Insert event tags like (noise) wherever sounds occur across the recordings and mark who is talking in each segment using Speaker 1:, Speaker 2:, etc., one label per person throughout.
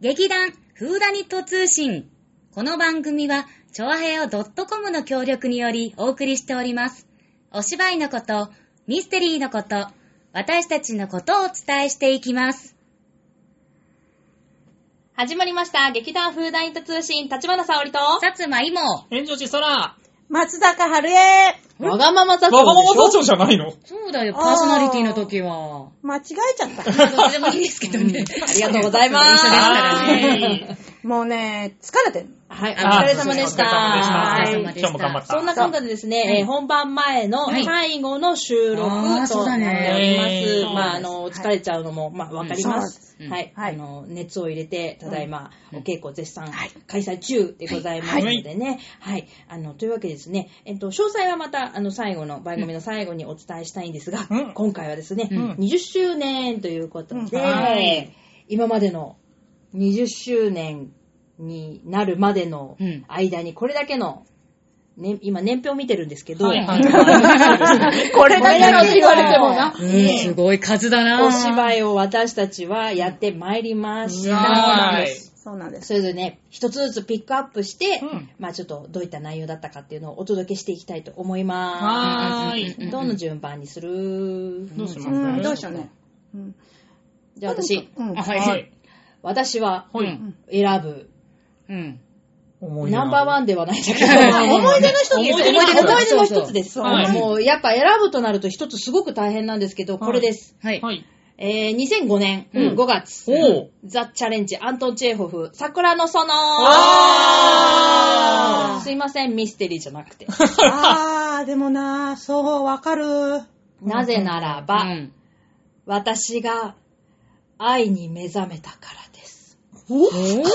Speaker 1: 劇団フーダニット通信。この番組は、チョアヘオ .com の協力によりお送りしております。お芝居のこと、ミステリーのこと、私たちのことをお伝えしていきます。
Speaker 2: 始まりました。劇団フーダイント通信、立花沙織と、
Speaker 1: 薩摩いも。
Speaker 3: 返上しそら
Speaker 4: 松坂春江
Speaker 2: わがまま座
Speaker 3: わが
Speaker 2: 長でしょ
Speaker 3: まま座長じゃないの
Speaker 1: そうだよ、
Speaker 4: パーソナリティの
Speaker 1: 時は。
Speaker 4: 間違えちゃった。
Speaker 1: どっちでもいいんですけどね。
Speaker 2: (laughs) ありがとうございま
Speaker 1: (laughs)
Speaker 2: す。
Speaker 1: 一緒ですからね
Speaker 4: (laughs) もうね、疲れてる。
Speaker 2: はい、お
Speaker 1: あ
Speaker 2: 疲れ様でし
Speaker 3: お疲
Speaker 1: お
Speaker 3: れ
Speaker 2: た。
Speaker 1: 疲れ
Speaker 3: 様
Speaker 1: 様で
Speaker 3: でし
Speaker 1: した
Speaker 3: た。今日も頑張った。
Speaker 2: そんなこんなでですね、えー本番前の
Speaker 1: はい
Speaker 2: 最後の収録
Speaker 1: あーそ
Speaker 2: と
Speaker 1: うだね
Speaker 2: なっております。
Speaker 3: えー
Speaker 2: ま
Speaker 4: そ
Speaker 2: あ、
Speaker 4: うなんで
Speaker 2: あ
Speaker 4: す
Speaker 2: の、
Speaker 4: はい
Speaker 2: 疲れちゃうのも、まあ、わかります。
Speaker 1: うん
Speaker 2: はい、
Speaker 4: はい
Speaker 2: あの、熱を入れて、ただいま、
Speaker 1: うん
Speaker 2: お稽古絶賛開催中でございますのでね。はい、あの、というわけでですね、えっと、詳細はまた、あの、最後の、番組の最後にお伝えしたいんですが、
Speaker 3: うん
Speaker 2: 今回はですね、
Speaker 1: うん
Speaker 2: 20周年ということで、
Speaker 4: うん
Speaker 3: はい
Speaker 2: 今までの20周年になるまでの
Speaker 1: うん
Speaker 2: 間にこれだけの、ね、今年表見てるんですけど、
Speaker 3: はいはい
Speaker 4: こ
Speaker 2: れだけのって言われてもな
Speaker 1: うん、すごい数だな
Speaker 2: お芝
Speaker 1: 居。
Speaker 2: 居を私たちはやってまいりまし
Speaker 3: うわー
Speaker 2: た
Speaker 3: い。
Speaker 4: そうなんです。
Speaker 2: それぞれね、一つずつピックアップして、
Speaker 3: うん
Speaker 2: まあちょっとどういった内容だったかっていうのをお届けしていきたいと思い
Speaker 3: は
Speaker 2: ま
Speaker 3: ー
Speaker 2: す。
Speaker 1: はーい
Speaker 3: い。
Speaker 2: どの順番にする
Speaker 3: どうします
Speaker 4: うん、どうしようね。うん
Speaker 2: じゃあ私、
Speaker 4: うん
Speaker 1: あ、は。
Speaker 3: はいい。
Speaker 2: 私は
Speaker 1: う
Speaker 3: はい。
Speaker 1: ん。
Speaker 2: 選ぶ、
Speaker 1: うん。
Speaker 3: 思い出のあ
Speaker 2: ナ
Speaker 3: る
Speaker 2: ンバーワンではないんだけど、
Speaker 4: 思い出の一つ
Speaker 3: 思い出
Speaker 2: 思い
Speaker 3: の
Speaker 2: 出の
Speaker 3: 一
Speaker 2: 一つ
Speaker 1: そうそう
Speaker 2: です。
Speaker 3: はい
Speaker 2: もう、やっぱ選ぶとなると一つすごく大変なんですけど、これです。
Speaker 1: はい。
Speaker 3: はい。
Speaker 2: えー、2005年
Speaker 1: うん
Speaker 2: 5月、
Speaker 3: おう
Speaker 2: ザ・チャレンジ、アントン・チェーホフ、桜の園
Speaker 3: あー
Speaker 2: すいません、ミステリーじゃなく
Speaker 1: (laughs)
Speaker 2: て。
Speaker 4: あー、でもな、そう、わかる。
Speaker 2: なぜならば、
Speaker 1: うん
Speaker 2: 私が愛に目覚めたからです。
Speaker 1: おー
Speaker 2: 恥ずかし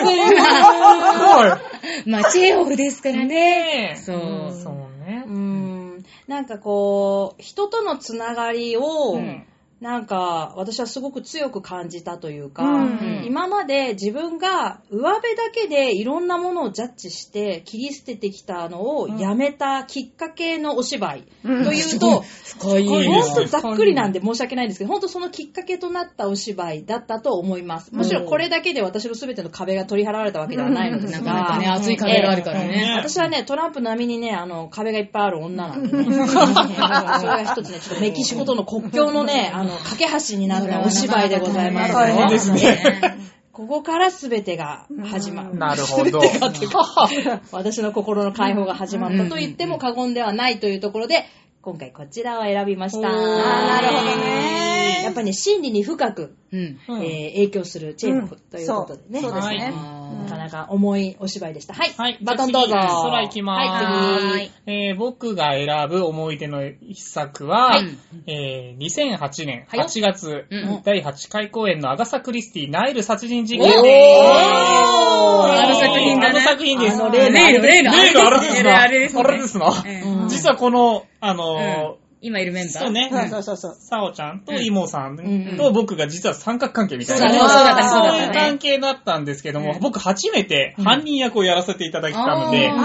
Speaker 2: い
Speaker 3: は
Speaker 1: まあ、チェーホフですから
Speaker 3: い。
Speaker 1: ね。
Speaker 3: ねえ。
Speaker 1: そう
Speaker 3: そうね
Speaker 2: う。ん、なんかこう、人とのつながりを、
Speaker 3: うん
Speaker 2: なんか、私はすごく強く感じたというか、
Speaker 4: うん
Speaker 2: 今まで自分が上辺だけでいろんなものをジャッジして切り捨ててきたのをやめたきっかけのお芝居と
Speaker 4: うん
Speaker 2: いうと、
Speaker 1: 深い。
Speaker 2: これ
Speaker 3: いいです
Speaker 2: ほんとざっくりなんで申し訳ないんですけど、ほんとそのきっかけとなったお芝居だったと思います。もちろんこれだけで私の全ての壁が取り払われたわけではないのです
Speaker 1: なか
Speaker 2: が、
Speaker 1: なかね、熱い壁があるから
Speaker 3: ええ
Speaker 1: ね。
Speaker 2: 私はね、トランプ並みにね、あの、壁がいっぱいある女なんでね。 (laughs) それが一つね、ちょっとメキシコとの国境のね、あの、架け橋になったお芝居でございま
Speaker 4: な
Speaker 2: す
Speaker 4: かなか
Speaker 2: よ。
Speaker 4: 大変です
Speaker 3: ね。
Speaker 2: ここから全てが始まる。
Speaker 3: なるほど。
Speaker 2: 全てがっていうか私の心の解放が始まったと言っても過言ではないというところで、今回こちらを選びました。
Speaker 3: おーあーなるほどね
Speaker 2: やっぱりね、心理に深く、
Speaker 1: うん。
Speaker 2: えー
Speaker 3: うん
Speaker 2: 影響するチェーンフということでね。
Speaker 4: そうそうですね。
Speaker 1: は
Speaker 2: なかなか重いお芝居でした。はい。
Speaker 3: はい。
Speaker 2: バトンどうぞ。
Speaker 3: じゃあ次空行きます。
Speaker 2: はい、次。
Speaker 3: えー僕が選ぶ思い出の一作
Speaker 1: は
Speaker 3: は、
Speaker 1: い
Speaker 3: えー2008年
Speaker 2: はいよ
Speaker 3: 8月、
Speaker 1: うん
Speaker 3: 第8回公演のアガサ・クリスティナイル殺人事件
Speaker 2: おー
Speaker 3: です。
Speaker 2: おー
Speaker 1: あの作品だね
Speaker 3: あの作品です。
Speaker 2: あの
Speaker 1: 例のあれです
Speaker 3: 例のあれですな。
Speaker 1: あれですね
Speaker 3: あれですな。
Speaker 1: え
Speaker 2: うん
Speaker 3: 実はこの、あの
Speaker 1: うん今いるメンバー。
Speaker 3: そう。ね、
Speaker 4: そうそうそうそう。
Speaker 3: サオちゃんとイモさん
Speaker 2: う
Speaker 3: と僕が実は三角関係みたい
Speaker 1: そうだね
Speaker 3: な。
Speaker 1: そうだね
Speaker 3: そう
Speaker 1: そうだ
Speaker 3: い
Speaker 1: ね
Speaker 3: う関係だったんですけども、
Speaker 1: うん
Speaker 3: 僕初めて犯人役をやらせていただいたので、
Speaker 1: うん
Speaker 3: もう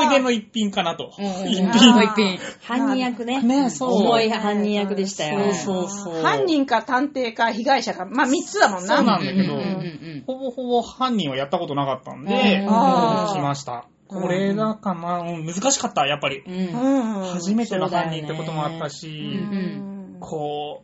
Speaker 3: 思い出の一品かなと。
Speaker 1: うんうんうん。
Speaker 3: 一
Speaker 4: 品
Speaker 1: もう一品。
Speaker 2: 犯人役ね。
Speaker 3: ねそう
Speaker 2: 重い犯人役でしたよ。
Speaker 3: そうそうそう
Speaker 4: 犯人か犯人か探偵か被害者か、まあ3つだもんな。
Speaker 3: そうなんだけど
Speaker 1: うんうんうん
Speaker 3: ほぼほぼ犯人はやったことなかったんで、
Speaker 1: うん
Speaker 4: あー
Speaker 3: 来ました。これだかな、うん難しかった、やっぱり。
Speaker 2: うん
Speaker 4: うん。
Speaker 3: 初めての犯人ってこともあった
Speaker 4: う
Speaker 3: し、
Speaker 4: ん
Speaker 3: こ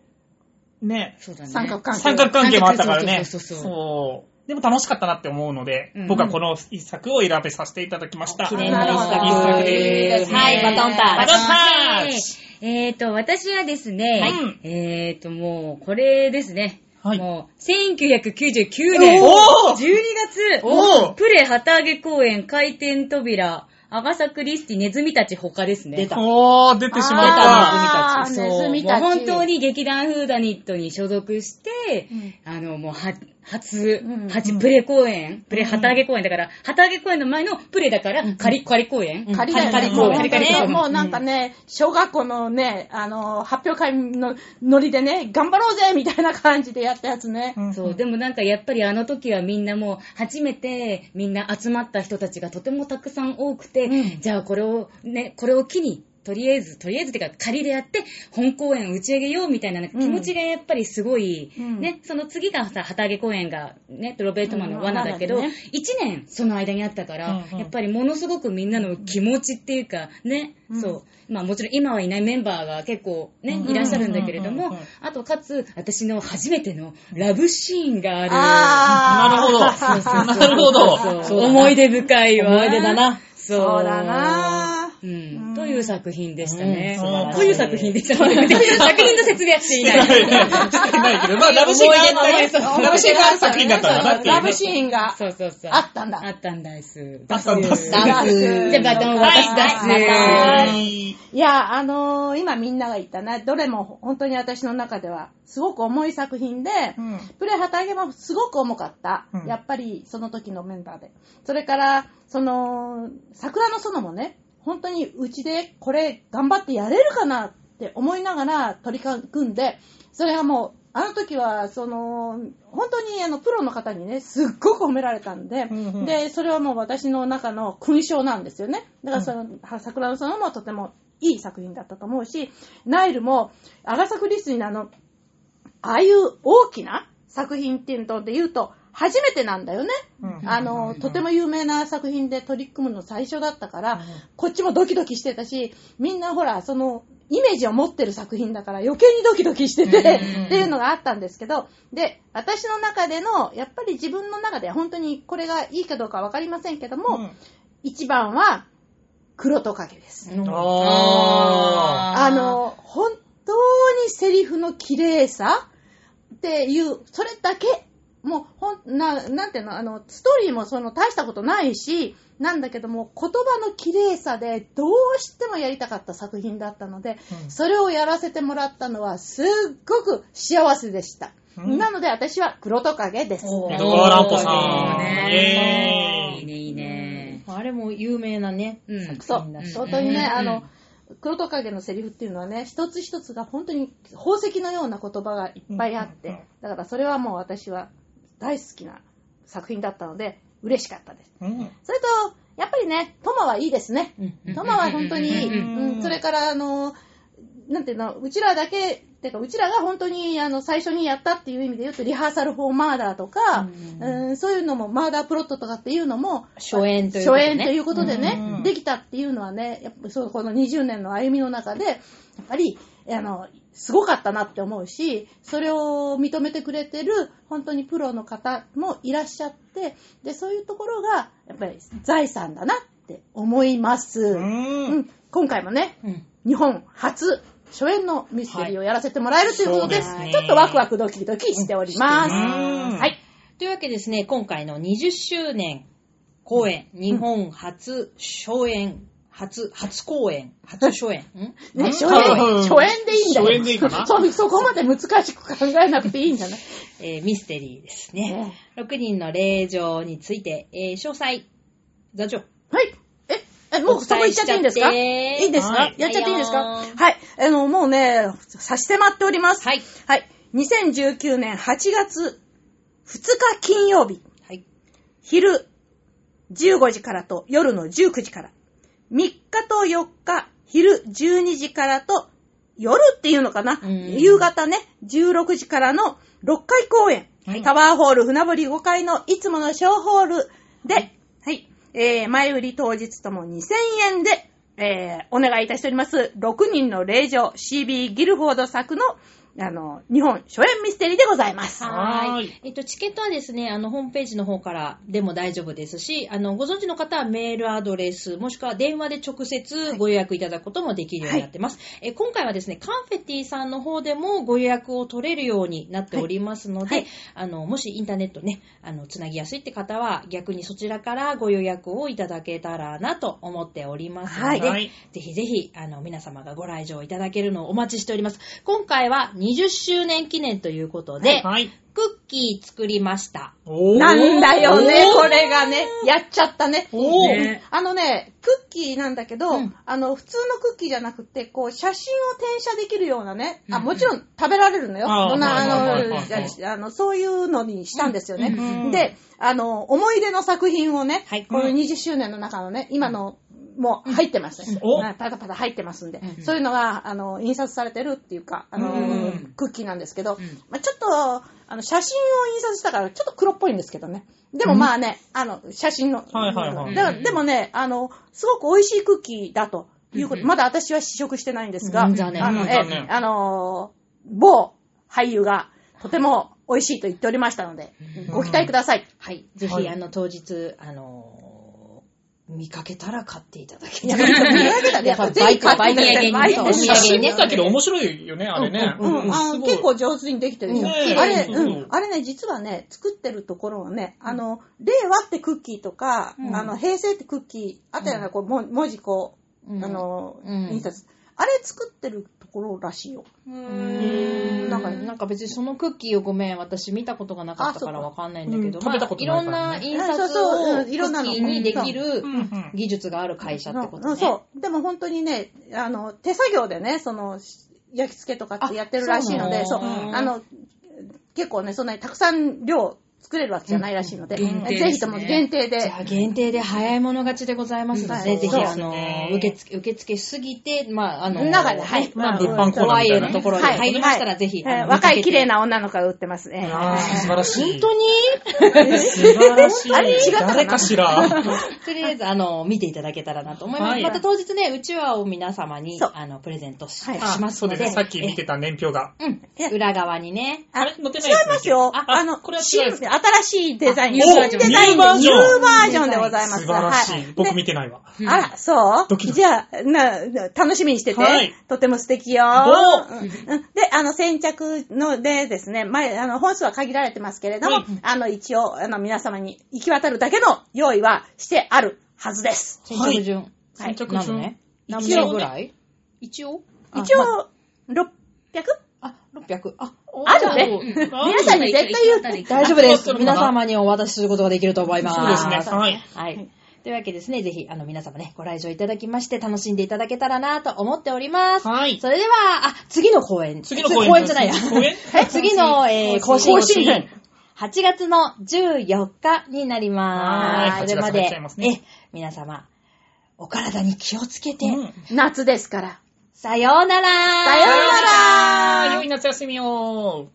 Speaker 3: う、ね、
Speaker 1: そうだね。
Speaker 4: 三角関係。
Speaker 3: 三角関係もあったからね。
Speaker 1: そうそうそうそう
Speaker 3: そうでも楽しかったなって思うので、
Speaker 1: うん
Speaker 3: 僕はこの一作を選べさせていただきました。
Speaker 2: 記
Speaker 4: 念
Speaker 3: あ
Speaker 4: の一作
Speaker 3: 一作
Speaker 2: いい
Speaker 3: で。
Speaker 2: ですすねはいバトンタッチ
Speaker 3: バトンタッチ
Speaker 1: えーと、私はですね、
Speaker 3: はい
Speaker 1: えーと、もう、これですね。
Speaker 3: はい
Speaker 1: もう、1999年、
Speaker 3: おー
Speaker 1: 12月、
Speaker 3: おー
Speaker 1: プレ旗揚げ公演、回転扉、アガサクリスティ、ネズミたち他ですね。
Speaker 2: 出た
Speaker 3: おー、出てしまっ
Speaker 2: あ
Speaker 3: た。
Speaker 4: ーネズミたち
Speaker 1: もう本当に劇団フーダニットに所属して、
Speaker 4: うん
Speaker 1: あの、もうは、初
Speaker 4: う、ん
Speaker 1: 初、プレ公演、プレ旗揚げ公演だから、旗揚げ公演の前のプレだから、カリ、カリ公演、
Speaker 2: うん
Speaker 4: カリカリ
Speaker 2: カ
Speaker 4: カリ
Speaker 2: リカリ公園
Speaker 1: う
Speaker 4: ね、
Speaker 1: ん
Speaker 4: もうなんかね、小学校のね、あの、発表会のノリでね、頑張ろうぜみたいな感じでやったやつね。
Speaker 3: うん
Speaker 1: そう、でもなんかやっぱりあの時はみんなもう、初めてみんな集まった人たちがとてもたくさん多くて、じゃあこれを、ね、これを機に、とりあえず、とりあえずってか仮でやって、本公演を打ち上げようみたいななんか気持ちがやっぱりすごい、
Speaker 4: うん
Speaker 1: ね、その次がさ、旗揚げ公演がね、ロベートマンの罠だけ
Speaker 4: う
Speaker 1: ど、
Speaker 4: ん
Speaker 1: 1
Speaker 4: 罠で
Speaker 1: 年その間にあったから、
Speaker 3: うんうん
Speaker 1: やっぱりものすごくみんなの気持ちっていうか、ね、
Speaker 4: うん
Speaker 1: そう。まあもちろん今はいないメンバーが結構ね、いらっしゃるんだけれど
Speaker 3: うんうん
Speaker 1: も
Speaker 3: うんうん、
Speaker 1: あとかつ、私の初めてのラブシーンがある。
Speaker 4: あ
Speaker 3: なるほど。なるほ
Speaker 1: そう
Speaker 3: ど。
Speaker 1: そう思い出深いわ。
Speaker 2: 思い出だな。
Speaker 1: そう。
Speaker 4: そうだなぁ
Speaker 1: うん
Speaker 4: うん
Speaker 1: という作品でしたね。
Speaker 3: うん
Speaker 1: うんという作品でしたね。作品の説明はしていない。
Speaker 3: してないけど、まあ、ラブシーンがあった
Speaker 1: 思
Speaker 3: ね。ラブシーンがあった作品だったんだなっていうね。
Speaker 4: ラブシーンが。
Speaker 1: そうそうそう。
Speaker 4: あったんだ
Speaker 1: あったんだす。
Speaker 3: あったんだっす
Speaker 1: ダ
Speaker 4: ダス
Speaker 1: じゃあ、バトンを渡し
Speaker 4: は
Speaker 1: だす。
Speaker 3: い。
Speaker 4: いや、あのー今みんなが言ったな、どれも本当に私の中では、すごく重い作品で、
Speaker 3: うん
Speaker 4: プレハタゲもすごく重かった。
Speaker 3: うん
Speaker 4: やっぱり、その時のメンバーで。それから、その、桜の園もね、本当にうちでこれ頑張ってやれるかなって思いながら取り組んで、それはもう、あの時は、その、本当にあの、プロの方にね、すっごく褒められたんで、
Speaker 3: うんうん
Speaker 4: で、それはもう私の中の勲章なんですよね。だからその、は桜の園もとてもいい作品だったと思うし、ナイルも、アガサ・クリスティのあの、ああいう大きな作品っていうので言うと、初めてなんだよね。
Speaker 3: うん
Speaker 4: あの、とても有名な作品で取り組むの最初だったから、こっちもドキドキしてたし、みんなほら、その、イメージを持ってる作品だから余計にドキドキしてて、
Speaker 1: うん
Speaker 4: っていうのがあったんですけど、で、私の中での、やっぱり自分の中で本当にこれがいいかどうかわかりませんけども、一番は、黒トカゲです。
Speaker 2: うん
Speaker 3: あ
Speaker 4: あの、本当にセリフの綺麗さっていう、それだけ、もう、ほん、な、なんていうの、あの、ストーリーもその、大したことないし、なんだけども、言葉の綺麗さで、どうしてもやりたかった作品だったので、
Speaker 3: うん
Speaker 4: それをやらせてもらったのは、すっごく幸せでした。
Speaker 3: うん
Speaker 4: なので、私は黒トカゲです。
Speaker 2: お
Speaker 3: ー。江
Speaker 2: ー
Speaker 3: 戸川乱歩さ。
Speaker 1: そうんねいい
Speaker 3: イェーイ。
Speaker 1: ね、いいね。
Speaker 2: あれも有名なね、
Speaker 1: うん
Speaker 2: 作
Speaker 4: そう
Speaker 2: 品だ、し。
Speaker 4: 本当に
Speaker 1: うんうん
Speaker 4: ね、あの、黒トカゲのセリフっていうのはね、一つ一つが本当に宝石のような言葉がいっぱいあっ
Speaker 3: うんうんう
Speaker 4: て
Speaker 3: ん、
Speaker 4: だからそれはもう私は大好きな作品だったので、嬉しかったです。
Speaker 3: うん
Speaker 4: それと、やっぱりね、トマはいいですね。
Speaker 2: うん
Speaker 1: うん
Speaker 4: トマは本当にいい、
Speaker 1: うん
Speaker 3: うん
Speaker 4: うんそれから、あの、なんていうの、うちらだけ、てか、うちらが本当に、あの、最初にやったっていう意味で言うと、リハーサル・フォー・マーダーとか、うんそういうのも、マーダープロットとかっていうのも、
Speaker 2: 初演ということ
Speaker 4: 初
Speaker 2: で
Speaker 4: 演
Speaker 2: ね
Speaker 4: ということでね、
Speaker 3: うん
Speaker 4: できたっていうのはね、やっぱそうこの20年の歩みの中で、やっぱり、あの、すごかったなって思うし、それを認めてくれてる、本当にプロの方もいらっしゃって、で、そういうところが、やっぱり財産だなって思います。
Speaker 3: う。
Speaker 4: うんん今回もね、
Speaker 2: うん
Speaker 4: 日本初、初演のミステリーをやらせてもらえるということで、
Speaker 3: はいそうですね
Speaker 4: ちょっとワクワクドキドキしておりま
Speaker 3: う
Speaker 4: す。
Speaker 3: ん
Speaker 4: はい。
Speaker 2: というわけですね、今回の20周年公演、日本初初演、初、初公演、初初演。ん
Speaker 4: ね、初演、
Speaker 3: うん
Speaker 4: 初演でいいんだよ。
Speaker 3: 初演でいいかな
Speaker 4: そ、そこまで難しく考えなくていいんじゃない
Speaker 2: えーミステリーですね。6人の霊場について、えー詳細、座長。
Speaker 4: はい。え、え、もうそこ行っちゃっていいんですか
Speaker 2: お伝えしちゃって
Speaker 4: いいですか、
Speaker 3: はい
Speaker 4: やっちゃっていいですか
Speaker 2: は
Speaker 4: はいい。
Speaker 2: よ
Speaker 4: あの、もうね、差し迫っております。
Speaker 2: はい。
Speaker 4: はい。2019年8月2日金曜日。
Speaker 2: はい。
Speaker 4: 昼15時からと夜の19時から。3日と4日、昼12時からと夜っていうのかな、
Speaker 2: うん
Speaker 4: 夕方ね、16時からの6回公演。
Speaker 3: はい
Speaker 4: タワーホール船堀5階のいつもの小ホールで、はい、えー、前売り当日とも2000円で、えー、お願いいたしております。6人の霊場 CB ギルフォード作の、あの、日本初演ミステリーでございます。
Speaker 3: はーい
Speaker 2: えっと、チケットはですね、あの、ホームページの方からでも大丈夫ですし、あの、ご存知の方はメールアドレス、もしくは電話で直接ご予約いただくこともできるようになってます。え今回はですね、カンフェティさんの方でもご予約を取れるようになっておりますので、
Speaker 4: はいはい
Speaker 2: あの、もしインターネットね、あの、つなぎやすいって方は、逆にそちらからご予約をいただけたらなと思っておりますので、
Speaker 3: はい
Speaker 2: ぜひぜひ、あの、皆様がご来場いただけるのをお待ちしております。今回は20周年記念ということで、
Speaker 3: はい。
Speaker 2: クッキー作りました。
Speaker 3: おー
Speaker 4: なんだよね、
Speaker 2: おー
Speaker 4: これがね。やっちゃったね。
Speaker 2: お
Speaker 1: ー
Speaker 4: うんあのね、クッキーなんだけど、
Speaker 2: うん
Speaker 4: あの、普通のクッキーじゃなくて、こう、写真を転写できるようなね、
Speaker 1: う
Speaker 4: あ、
Speaker 1: ん
Speaker 4: もちろん食べられるのよ。
Speaker 3: あー
Speaker 4: どんな、
Speaker 3: はい
Speaker 4: あ
Speaker 3: はいはいはいはい
Speaker 4: のじゃ、あの、そういうのにしたんですよね。
Speaker 2: うん
Speaker 3: うん
Speaker 4: で、あの、思い出の作品をね、
Speaker 2: はい
Speaker 4: この20周年の中のね、今の、もう入ってます、ね
Speaker 3: お
Speaker 4: はいパタパタ入ってますんで、
Speaker 2: うん
Speaker 4: そういうのが、あの、印刷されてるっていうか、あの、
Speaker 3: うん
Speaker 4: クッキーなんですけど、
Speaker 2: うん
Speaker 4: まあ、ちょっと、あの、写真を印刷したから、ちょっと黒っぽいんですけどね。でもまあね、あの、写真の。
Speaker 3: はいはいはい
Speaker 4: だからでもね、あの、すごく美味しいクッキーだということ、
Speaker 2: うん
Speaker 4: まだ私は試食してないんですが、
Speaker 2: うん残念
Speaker 4: あの、
Speaker 3: うん
Speaker 4: え
Speaker 3: 残念
Speaker 4: あのー某俳優がとても美味しいと言っておりましたので、ご期待ください。
Speaker 2: はい。ぜひ、
Speaker 3: はい
Speaker 2: あの、当日、あのー見かけたら買っていただけ
Speaker 4: いや、
Speaker 2: た
Speaker 4: 見
Speaker 2: ら。
Speaker 4: 上げたらやっぱぜひ買ってください (laughs)
Speaker 1: バイトバイトお土産にね
Speaker 3: 写
Speaker 4: バイト
Speaker 2: お土産
Speaker 3: 真
Speaker 2: にね
Speaker 3: 見たけど面白いよね、あれね。
Speaker 4: うん、あ
Speaker 3: す
Speaker 4: の
Speaker 3: ごい
Speaker 4: 結構上手にできてるでしょ。
Speaker 3: ね
Speaker 2: え
Speaker 4: あれ、
Speaker 3: そう
Speaker 4: う。
Speaker 3: そうん
Speaker 4: あれね、実はね、作ってるところはね、あの、令和ってクッキーとか、
Speaker 2: うん
Speaker 4: あの、平成ってクッキー、あったような、こう、も文字こう、あの、
Speaker 2: うん
Speaker 4: 印刷。あれ作ってるところらしいよ。
Speaker 2: うん
Speaker 4: な
Speaker 2: なんん
Speaker 4: か
Speaker 2: か、なんか別にそのクッキーをごめん、私見たことがなかったから
Speaker 4: あそうか
Speaker 2: わかんないんだけ
Speaker 3: う
Speaker 2: ど、
Speaker 3: ん食べたこと
Speaker 2: い
Speaker 3: な
Speaker 2: ろ
Speaker 3: い
Speaker 2: ん
Speaker 3: から
Speaker 2: な
Speaker 3: ね
Speaker 2: 印刷
Speaker 4: あそうそう
Speaker 2: を
Speaker 4: うん
Speaker 2: クッ
Speaker 4: いろんなの
Speaker 2: キーにできる
Speaker 3: うんうん
Speaker 2: 技術がある会社ってこと
Speaker 4: うん
Speaker 2: ね。
Speaker 4: そう。でも本当にね、あの、手作業でね、その、し焼き付けとかってやってるらしいので、
Speaker 2: あ
Speaker 4: そ
Speaker 2: そううなの
Speaker 4: あの、結構ね、そんなにたくさん量作れるわけじゃないらしいので、
Speaker 1: うん限定ですね
Speaker 4: ぜひとも限定で
Speaker 2: じゃあ限定で早い者勝ちでございますので、
Speaker 4: うん
Speaker 2: ぜひ、
Speaker 4: そう
Speaker 3: で
Speaker 2: あ
Speaker 3: す
Speaker 2: の
Speaker 3: ね、
Speaker 2: 受付、受付過ぎて、まあ、あの、
Speaker 4: 中ではい
Speaker 3: まあ、
Speaker 4: うん
Speaker 3: 物販コー
Speaker 2: ホ
Speaker 3: ナー
Speaker 2: ワ
Speaker 3: み
Speaker 2: イ
Speaker 3: た
Speaker 2: エ
Speaker 3: いな
Speaker 2: の
Speaker 3: ね。
Speaker 2: ところに入りましたら、ぜひ。
Speaker 4: えー
Speaker 2: あの
Speaker 4: 若い綺麗。
Speaker 2: 見か
Speaker 4: な女の子が売ってますね。
Speaker 3: ああ、素晴らし
Speaker 2: けて
Speaker 3: い
Speaker 2: 本。当に
Speaker 3: 素晴らしい。
Speaker 4: あれ違ったかな
Speaker 3: 誰かしら。
Speaker 2: (laughs) とりあえず、あの、見ていただけたらなと思います。
Speaker 3: はい
Speaker 2: また当日ね、うちわを皆様に、
Speaker 4: そう
Speaker 2: あの、プレゼントし,、
Speaker 4: はい
Speaker 2: ます
Speaker 3: そう
Speaker 2: の
Speaker 3: です
Speaker 2: で。
Speaker 3: ね。さっき見てた年表が。
Speaker 2: え。うん。裏側にね。
Speaker 3: あれ載ってない
Speaker 4: 違いますよ。
Speaker 3: あ
Speaker 4: あの、
Speaker 3: これは
Speaker 4: 新
Speaker 3: 違うんですか
Speaker 4: 新しいデザイン。
Speaker 1: あニューバージョン
Speaker 4: 新デザイン
Speaker 3: ニュ
Speaker 4: で
Speaker 3: ーバージョン
Speaker 4: ニューバージョンでございます。
Speaker 3: 素晴ら
Speaker 4: は
Speaker 3: しい。僕
Speaker 4: ね
Speaker 3: 見てないわ。
Speaker 4: あら、そう
Speaker 3: ドキドキ
Speaker 4: じゃあな、な楽しみにしてて。
Speaker 3: はい
Speaker 4: とても素敵よ。
Speaker 3: お
Speaker 4: うんうんで、あの、先着のでですね、前、あの、本数は限られてますけれども、
Speaker 3: はい
Speaker 4: あの、一応、あの、皆様に行き渡るだけの用意はしてあるはずです。
Speaker 2: 先着順。
Speaker 4: はい
Speaker 3: 先着順
Speaker 2: なのね。何
Speaker 4: 一応
Speaker 2: 名ぐらい一応あ
Speaker 4: 一
Speaker 2: ま
Speaker 4: 応、600?
Speaker 2: あ、600。あ、
Speaker 4: あるね皆さんに絶対言う
Speaker 2: 大丈夫で
Speaker 3: あそ
Speaker 2: (laughs) す。
Speaker 3: うなの
Speaker 2: 皆様にお渡しすることができると思います。
Speaker 3: そうですね。はい。
Speaker 2: はい。というわけですね、ぜひ、あの、皆様ね、ご来場いただきまして、楽しんでいただけたらなと思っております。
Speaker 3: はい
Speaker 2: それでは、あ、次の公演。
Speaker 3: 次の公演
Speaker 2: じゃないや。
Speaker 3: 公演
Speaker 2: 次の、 (laughs) えー、更新。
Speaker 4: 更新
Speaker 2: 8月の14日になります。
Speaker 3: はい
Speaker 2: それま
Speaker 3: 8月になっ
Speaker 2: で
Speaker 3: ちゃいますね
Speaker 2: え、皆様、お体に気をつけて、
Speaker 3: うん
Speaker 4: 夏ですから。
Speaker 2: さようなら
Speaker 4: さようなら
Speaker 3: 良い夏休みを。